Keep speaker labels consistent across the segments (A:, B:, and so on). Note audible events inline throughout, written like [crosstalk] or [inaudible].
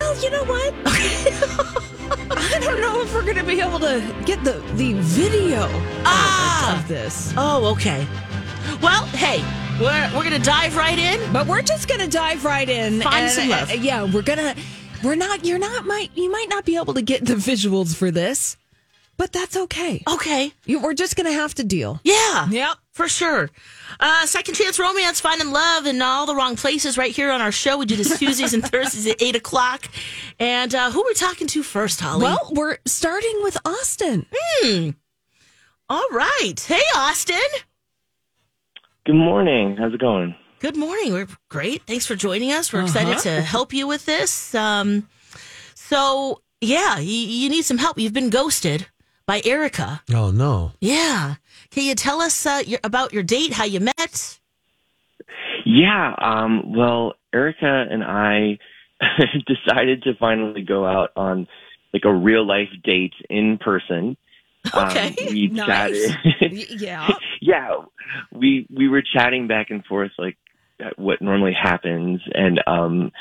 A: Well, you know what? [laughs] I don't know if we're going to be able to get the, the video of-
B: Ah!
A: of this.
B: Oh, okay. Well, hey, we're, we're going to dive right in.
A: But we're just going to dive right in.
B: Find some love.
A: uh, yeah, we're going to. We're not. You're not. Might you might not be able to get the visuals for this, but that's okay.
B: Okay.
A: You, we're just going to have to deal.
B: Yeah.
A: Yep.
B: For sure. Uh, second chance romance, finding love in all the wrong places right here on our show. We do this [laughs] Tuesdays and Thursdays at 8 o'clock. And uh, who are we talking to first, Holly?
A: Well, we're starting with Austin.
B: all right. Hey, Austin.
C: Good morning. How's it going?
B: Good morning. We're great. Thanks for joining us. We're excited
D: Uh-huh.
B: to help you with this. Um, so, yeah, you, you need some help. You've been ghosted by Erica.
D: Oh no.
B: Yeah. Can you tell us uh, your, about your date, how you met?
C: Yeah. Um, well, Erica and I [laughs] decided to finally go out on like a real life date in person.
B: Okay,
C: Um, we
A: nice.
C: chatted. [laughs]
A: Y- yeah.
C: yeah, we we were chatting back and forth like at what normally happens, and um,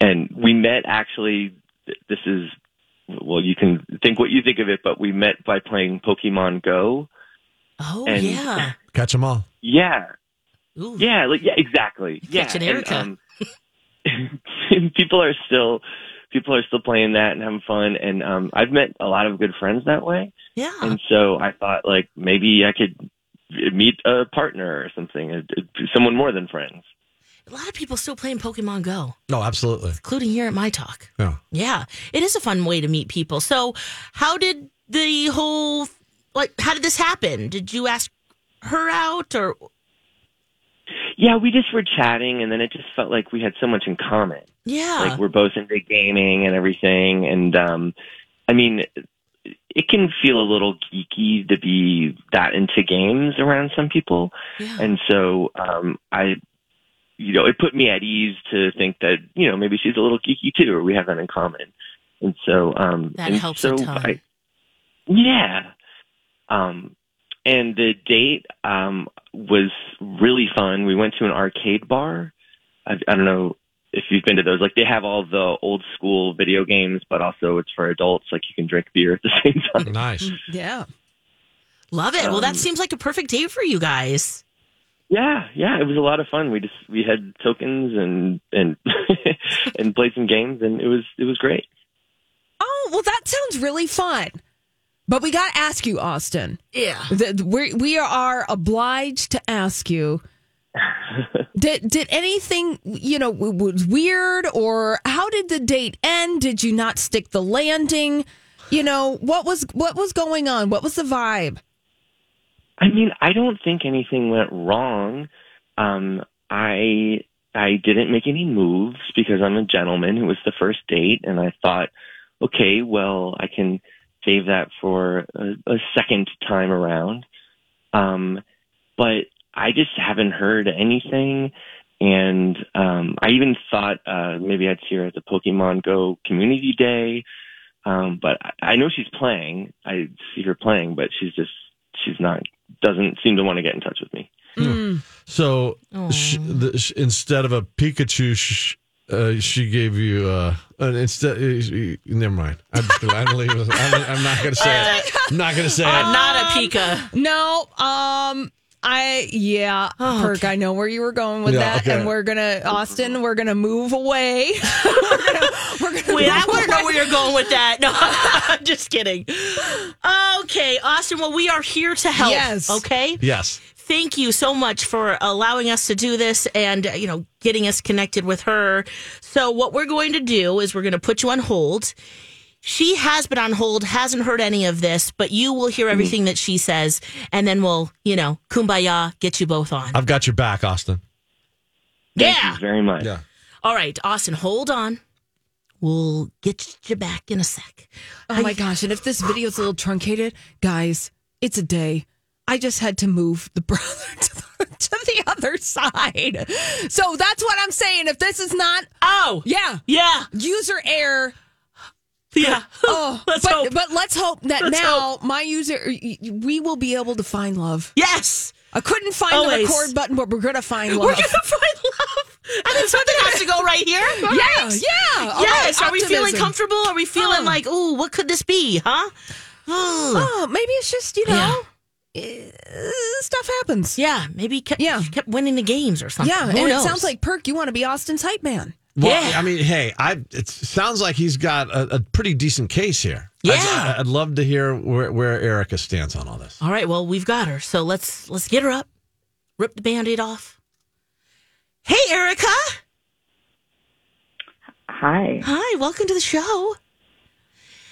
C: and we met actually. th- This is well, you can think what you think of it, but we met by playing Pokemon Go.
B: Oh,
C: And-
B: yeah.
D: Catch them all.
C: Yeah,
B: Ooh.
C: Yeah, like yeah, exactly.
B: You're
C: Yeah,
B: catching Erica.
C: um, [laughs] and people are still people are still playing that and having fun, and um, I've met a lot of good friends that way,
B: Yeah.
C: and so I thought like maybe I could meet a partner or something, uh, someone more than friends.
B: A lot of people still playing Pokemon Go,
D: No, absolutely.
B: including here at My Talk.
D: Yeah.
B: Yeah. It is a fun way to meet people. So, how did the whole, like, how did this happen? Did you ask her out or?
C: Yeah, we just were chatting, and then it just felt like we had so much in common.
B: Yeah.
C: Like we're both into gaming and everything, and um, I mean. It can feel a little geeky to be that into games around some people,
B: yeah.
C: And so um, I, you know, it put me at ease to think that you know maybe she's a little geeky too, or we have that in common. And so um,
B: That
C: and
B: helps
C: so
B: a ton.
C: I- yeah. Um, and the date um, was really fun. We went to an arcade bar. I, I don't know if you've been to those. Like they have all the old school video games, but also it's for adults. Like you can drink beer at the [laughs] same time.
D: Nice.
A: Yeah.
B: Love it. well, that
C: um,
B: seems like a perfect day for you guys.
C: Yeah, yeah, it was a lot of fun. We just we had tokens and and [laughs] and played some games, and it was it was great.
A: Oh well, that sounds really fun. But we got to ask you, Austin.
B: Yeah.
A: The, we we are obliged to ask
D: [laughs]
A: you. Did did anything you know w- was weird or how did the date end? Did you not stick the landing? You know what was what was going on? What was the vibe?
C: I mean, I don't think anything went wrong. Um, I I didn't make any moves because I'm a gentleman. It was the first date, and I thought, okay, well, I can save that for a, a second time around. Um, but I just haven't heard anything, and um, I even thought uh, maybe I'd see her at the Pokemon Go Community Day. Um, but I, I know she's playing. I see her playing, but she's just she's not doesn't seem to want to get in touch with me.
D: So sh- the, sh- instead of a Pikachu, sh- uh, she gave you uh, an instead. Uh, she- never mind. I'm, I'm leaving.
E: [laughs]
B: Uh,
C: Uh, [laughs]
D: I'm, I'm not going to say it. I'm not going to say it.
B: Not a Pika.
A: No, um, I yeah,
B: Oh,
A: Perk. I know where you were going with
D: Yeah,
A: that,
D: okay.
A: and we're gonna Austin. We're gonna move away. [laughs] we're gonna, we're gonna
B: Wait, I
A: move
B: want to know
A: away.
B: where you're going with that. No, [laughs] I'm just kidding. Okay, Austin. Well, we are here to help.
A: Yes.
B: Okay.
D: Yes.
B: Thank you so much for allowing us to do this and uh, you know getting us connected with her. So what we're going to do is we're going to put you on hold. She has been on hold, hasn't heard any of this, but you will
C: Mm-hmm.
B: hear everything that she says, and then we'll you know kumbaya get you both on.
D: I've got your back, Austin.
C: Thank
B: yeah.
C: you very much.
D: Yeah.
B: All right, Austin, hold on. We'll get you back in a sec.
A: Oh my gosh! And if this video's a little truncated, guys, it's a day. I just had to move the [laughs] brother to the, to the other side. So that's what I'm saying. If this is not,
B: Oh,
A: yeah,
B: yeah,
A: user
B: [laughs]
A: error.
B: yeah. [laughs]
A: Oh,
B: Let's
A: but
B: hope.
A: but let's hope that
B: Let's
A: now my user, we will be able to find love.
B: Yes.
A: I couldn't find the
B: Always.
A: record button, but we're gonna find love.
B: We're going to find love. And then something has to go right here. All
A: yeah,
B: right.
A: yeah. [laughs] All
B: Yes.
A: right,
B: Are we feeling
A: optimism.
B: comfortable? Are we feeling
A: Oh.
B: like, oh, what could this be, huh? Oh.
A: Oh, maybe it's just you know, uh, stuff happens.
B: [sighs] Yeah. Maybe he kept,
A: Yeah.
B: yeah. kept winning the games or something.
A: Yeah,
B: Who
A: and
B: knows?
A: it sounds like Perk. You want to be Austin's hype man.
D: Well,
B: Yeah.
D: I mean, hey, I it sounds like he's got a, a pretty decent case here. I'd-
B: Yeah.
D: I'd, love to hear where, where Erica stands on all this.
B: All right. Well, we've got her. So let's let's get her up. Rip the band-aid off. Hey, Erica.
E: Hi.
B: Hi. Welcome to the show.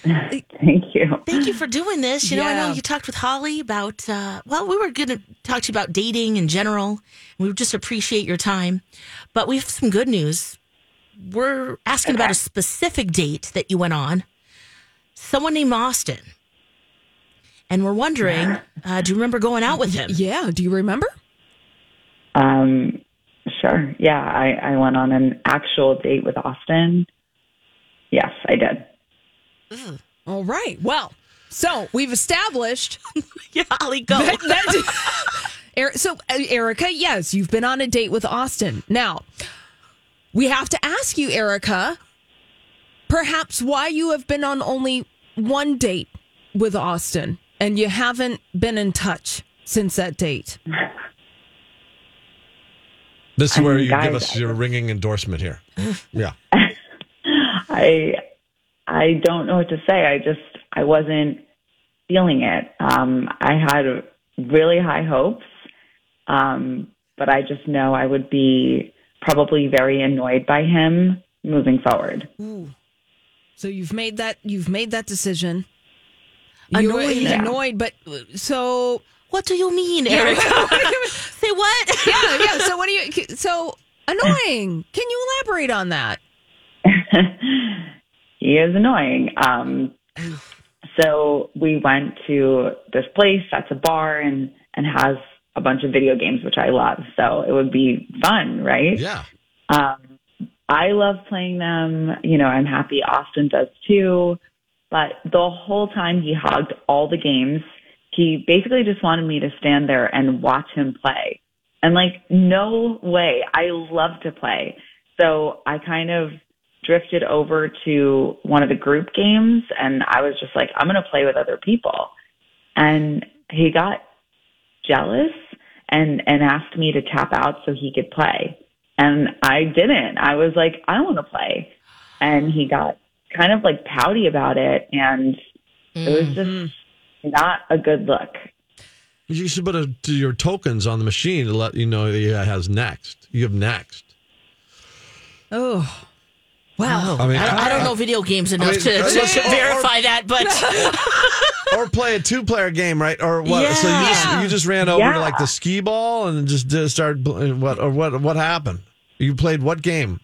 E: Thank you.
B: Thank you for doing this. You know, I
A: Yeah.
B: know you talked with Holly about, uh, well, we were going to talk to you about dating in general. We just appreciate your time. But we have some good news. We're asking about a specific date that you went on, someone named Austin. And we're wondering, uh, do you remember going out with him?
A: Yeah. Do you remember?
E: Um, sure. Yeah, I, I went on an actual date with Austin. Yes, I did.
A: All right. Well, so we've established
B: [laughs] Yeah, Holly, go.
A: that. [laughs] that- Er- so, uh, Erica, yes, you've been on a date with Austin. Now, we have to ask you, Erica, perhaps why you have been on only one date with Austin and you haven't been in touch since that date.
D: This is
E: I
D: where
E: mean,
D: you
E: guys,
D: give us
E: I-
D: your ringing endorsement
E: [laughs]
D: here. Yeah.
E: I I don't know what to say. I just I wasn't feeling it. Um, I had really high hopes, um, but I just know I would be probably very annoyed by him moving forward.
A: So you've made that you've made that decision. You were
B: Annoyed.
A: annoyed, but uh, so
B: What do you mean, Erica? [laughs]
A: [laughs]
B: Say what?
A: yeah, yeah. So what do you? So annoying. Can you elaborate on that?
E: [laughs] he is annoying. Um, so we went to this place that's a bar and and has a bunch of video games, which I love. So it would be fun, right?
D: Yeah.
E: Um, I love playing them. You know, I'm happy Austin does too. But the whole time he hogged all the games. He basically just wanted me to stand there and watch him play. And like, no way. I love to play. So I kind of drifted over to one of the group games and I was just like, I'm going to play with other people. And he got jealous and, and asked me to tap out so he could play. And I didn't. I was like, I want to play. And he got kind of like pouty about it. And it was just not a good look.
D: You should put a, to your tokens on the machine to let you know that he has next. You have next.
A: Oh, wow.
D: I mean,
B: I, I don't know video games enough
D: mean,
B: to, to,
D: let's-
B: to
D: or- or-
B: verify that, [laughs] but
D: Or play a two-player game, right? Or what? So you just
B: Yeah.
D: you just ran over
E: Yeah.
D: to like the skee ball and just uh, started pl- what? Or what? What happened? You played what game?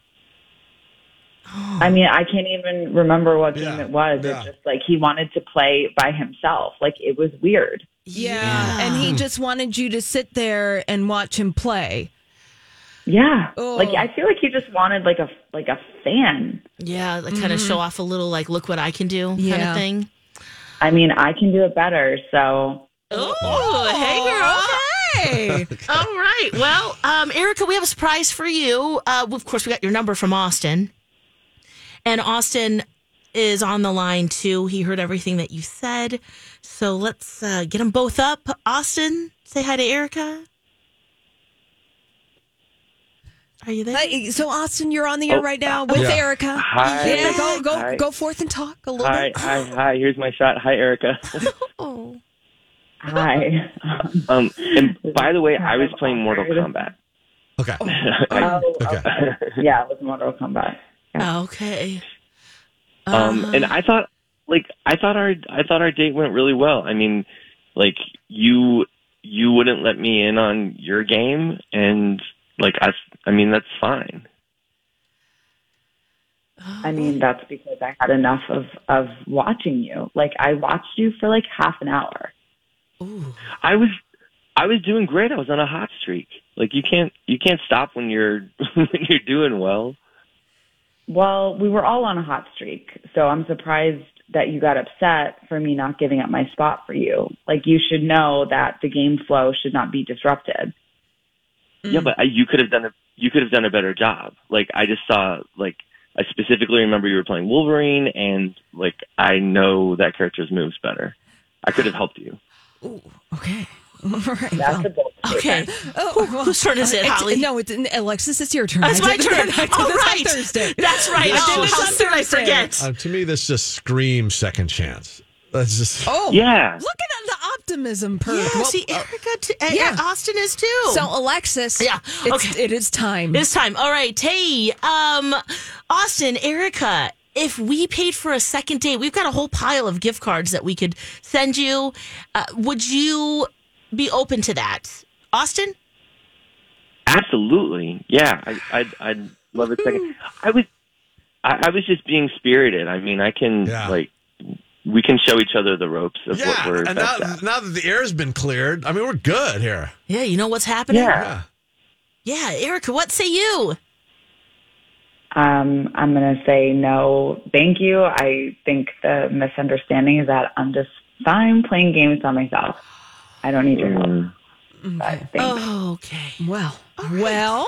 E: I mean, I can't even remember what game
D: Yeah,
E: it was.
D: yeah.
E: It's just like he wanted to play by himself. Like it was weird.
A: Yeah. and he just wanted you to sit there and watch him play.
E: Yeah.
A: Oh.
E: Like I feel like he just wanted like a like a fan.
B: yeah, like kind of show off a little, like, look what I can do kind
A: Yeah.
B: of thing.
E: I mean, I can do it better. So
B: Oh, hey, girl.
A: Hey.
B: All right. Well, um, Erica, we have a surprise for you. Uh, of course, we got your number from Austin. And Austin is on the line, too. He heard everything that you said. So let's uh, get them both up. Austin, say hi to Erica. Are you there?
A: Hey, so Austin, you're on the air
C: Oh,
A: right now with
D: yeah.
A: Erica.
C: Hi.
A: Yeah, go go
C: Hi.
A: go forth and talk a little
C: Hi,
A: bit.
C: hi, hi. Here's my shot.
B: [laughs]
C: Hi, Erica.
B: Oh.
D: [laughs]
E: Hi.
C: Um, and by the way, I was playing Mortal Kombat.
D: Okay.
C: [laughs] I-
E: Oh,
D: Okay.
B: Uh,
E: yeah, it was Mortal Kombat.
B: Okay.
C: um,
B: Uh,
C: and I thought, like, I thought our, I thought our date went really well. I mean, like, you, you wouldn't let me in on your game, and like, I, I mean, that's fine.
E: I mean, that's because I had enough of, of watching you. Like, I watched you for like half an hour.
B: ooh.
C: I was, I was doing great. I was on a hot streak. Like, you can't, you can't stop when you're, [laughs] when you're doing well.
E: Well, we were all on a hot streak, so I'm surprised that you got upset for me not giving up my spot for you. Like, you should know that the game flow should not be disrupted.
C: Yeah, but I, you could have done a you could have done a better job. Like I just saw like I specifically remember you were playing Wolverine, and like I know that character's moves better. I could have helped you.
A: Okay. [laughs] All right.
E: That's
A: well.
E: a bold
A: [laughs]
B: Okay.
E: statement.
A: Oh, well,
B: whose turn is it,
A: it's-
B: Holly?
A: No, it's Alexis. It's your turn.
B: That's
A: I
B: Oh, my
A: did-
B: turn.
A: I did
B: All
A: this on
B: right.
A: Thursday.
B: That's right.
A: I did
B: Oh,
A: this
B: how
A: on
B: soon I
A: Thursday.
B: forget.
D: Uh, to me, this just screams second chance. That's just.
A: Oh,
C: Yeah.
A: Look at the optimism, per.
B: Yeah,
A: Well,
B: see,
A: uh,
B: Erica, t- uh,
A: yeah.
B: yeah. Austin is too.
A: so Alexis.
B: Yeah,
A: it's-
B: okay.
A: It is time.
B: This time. All right. Hey, um, Austin, Erica, if we paid for a second date, we've got a whole pile of gift cards that we could send you. Uh, would you be open to that? Austin?
C: Absolutely. Yeah. I I'd, I'd love a second. I was I, I was just being spirited. I mean, I can
D: Yeah.
C: like we can show each other the ropes of what
D: Yeah,
C: we're
D: and now,
C: best at.
D: now that the air's been cleared, I mean, we're good here.
B: Yeah, you know what's happening?
C: Yeah.
D: Yeah.
B: Yeah, Erica, what say you?
E: Um, I'm going to say no, thank you. I think the misunderstanding is that I'm just fine playing games by myself. I don't need your help.
C: Mm.
E: But thanks.
B: Oh, okay.
A: well, well,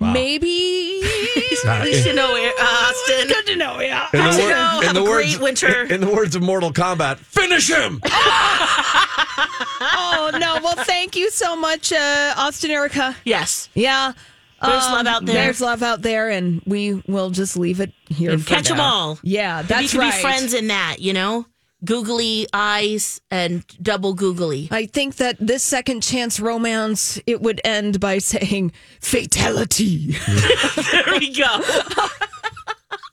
D: Wow.
A: maybe.
D: It's not-
B: At least you know, Er- Austin.
A: Good to know. Yeah.
D: in
B: Good to know. Have a great winter.
D: In, the words of Mortal Kombat, finish him.
A: Oh no. Well, thank you so much, uh, Austin, Erica.
B: [laughs] Yes.
A: Yeah. Um,
B: There's love out there.
A: There's love out there, and we will just leave it here.
B: And
A: for
B: catch 'em
A: now.
B: all.
A: Yeah,
B: Maybe
A: that's
B: you could
A: right.
B: be friends in that, you know? Googly eyes and double googly.
A: I think that this second chance romance it would end by saying fatality. [laughs]
B: There we [laughs] go.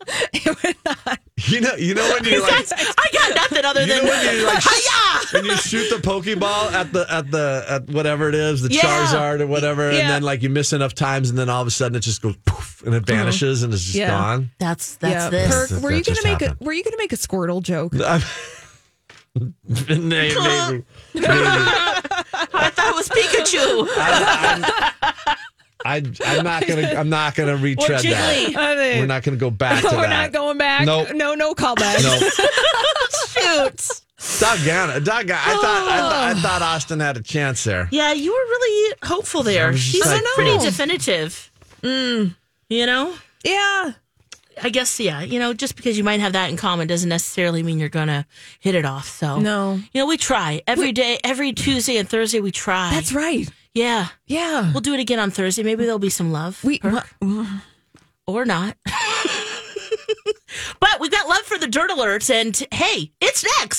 B: I
A: it would not.
D: You know, you know when you like,
B: got nothing other
D: you know
B: than
D: when you like,
B: Hi-ya!
D: when you shoot the Pokeball at the at the at whatever it is, the
B: Yeah.
D: Charizard or whatever,
A: Yeah.
D: and then like you miss enough times, and then all of a sudden it just goes poof and it
B: Mm-hmm.
D: vanishes and it's just
A: Yeah.
B: [laughs]
D: gone.
B: That's that's
A: yeah.
B: this.
A: Perk,
D: That-
A: were
D: that
A: you gonna
D: just
A: make a
D: happened.
A: Were you gonna make a Squirtle joke?
D: I'm- Maybe. [laughs] Maybe.
B: I thought it was Pikachu
D: I'm, I'm, I, am not gonna. I'm not gonna
B: or
D: retread that.
B: Jiggly.
A: I mean,
D: We're not gonna go
B: [laughs]
D: back to
A: we're
D: that.
A: not going back.
D: Nope.
A: No, no [laughs] callbacks.
D: No.
B: Shoot.
D: Doggone it. Doggone, I thought I,
B: [laughs]
D: thought I thought Austin had a chance there.
B: [laughs] Yeah, you were really hopeful there.
D: was just
B: She's
D: like,
B: pretty
D: "Oh."
B: definitive. Mm. You know?
A: Yeah.
B: I guess yeah. You know, just because you might have that in common doesn't necessarily mean you're gonna hit it off. So
A: No.
B: You know, we try. every day. every Tuesday and Thursday we try.
A: That's right.
B: Yeah.
A: Yeah.
B: We'll do it again on Thursday. Maybe there'll be some love.
A: We.
B: Perk. or not. [laughs] but we've got love for the dirt alerts and hey, it's next.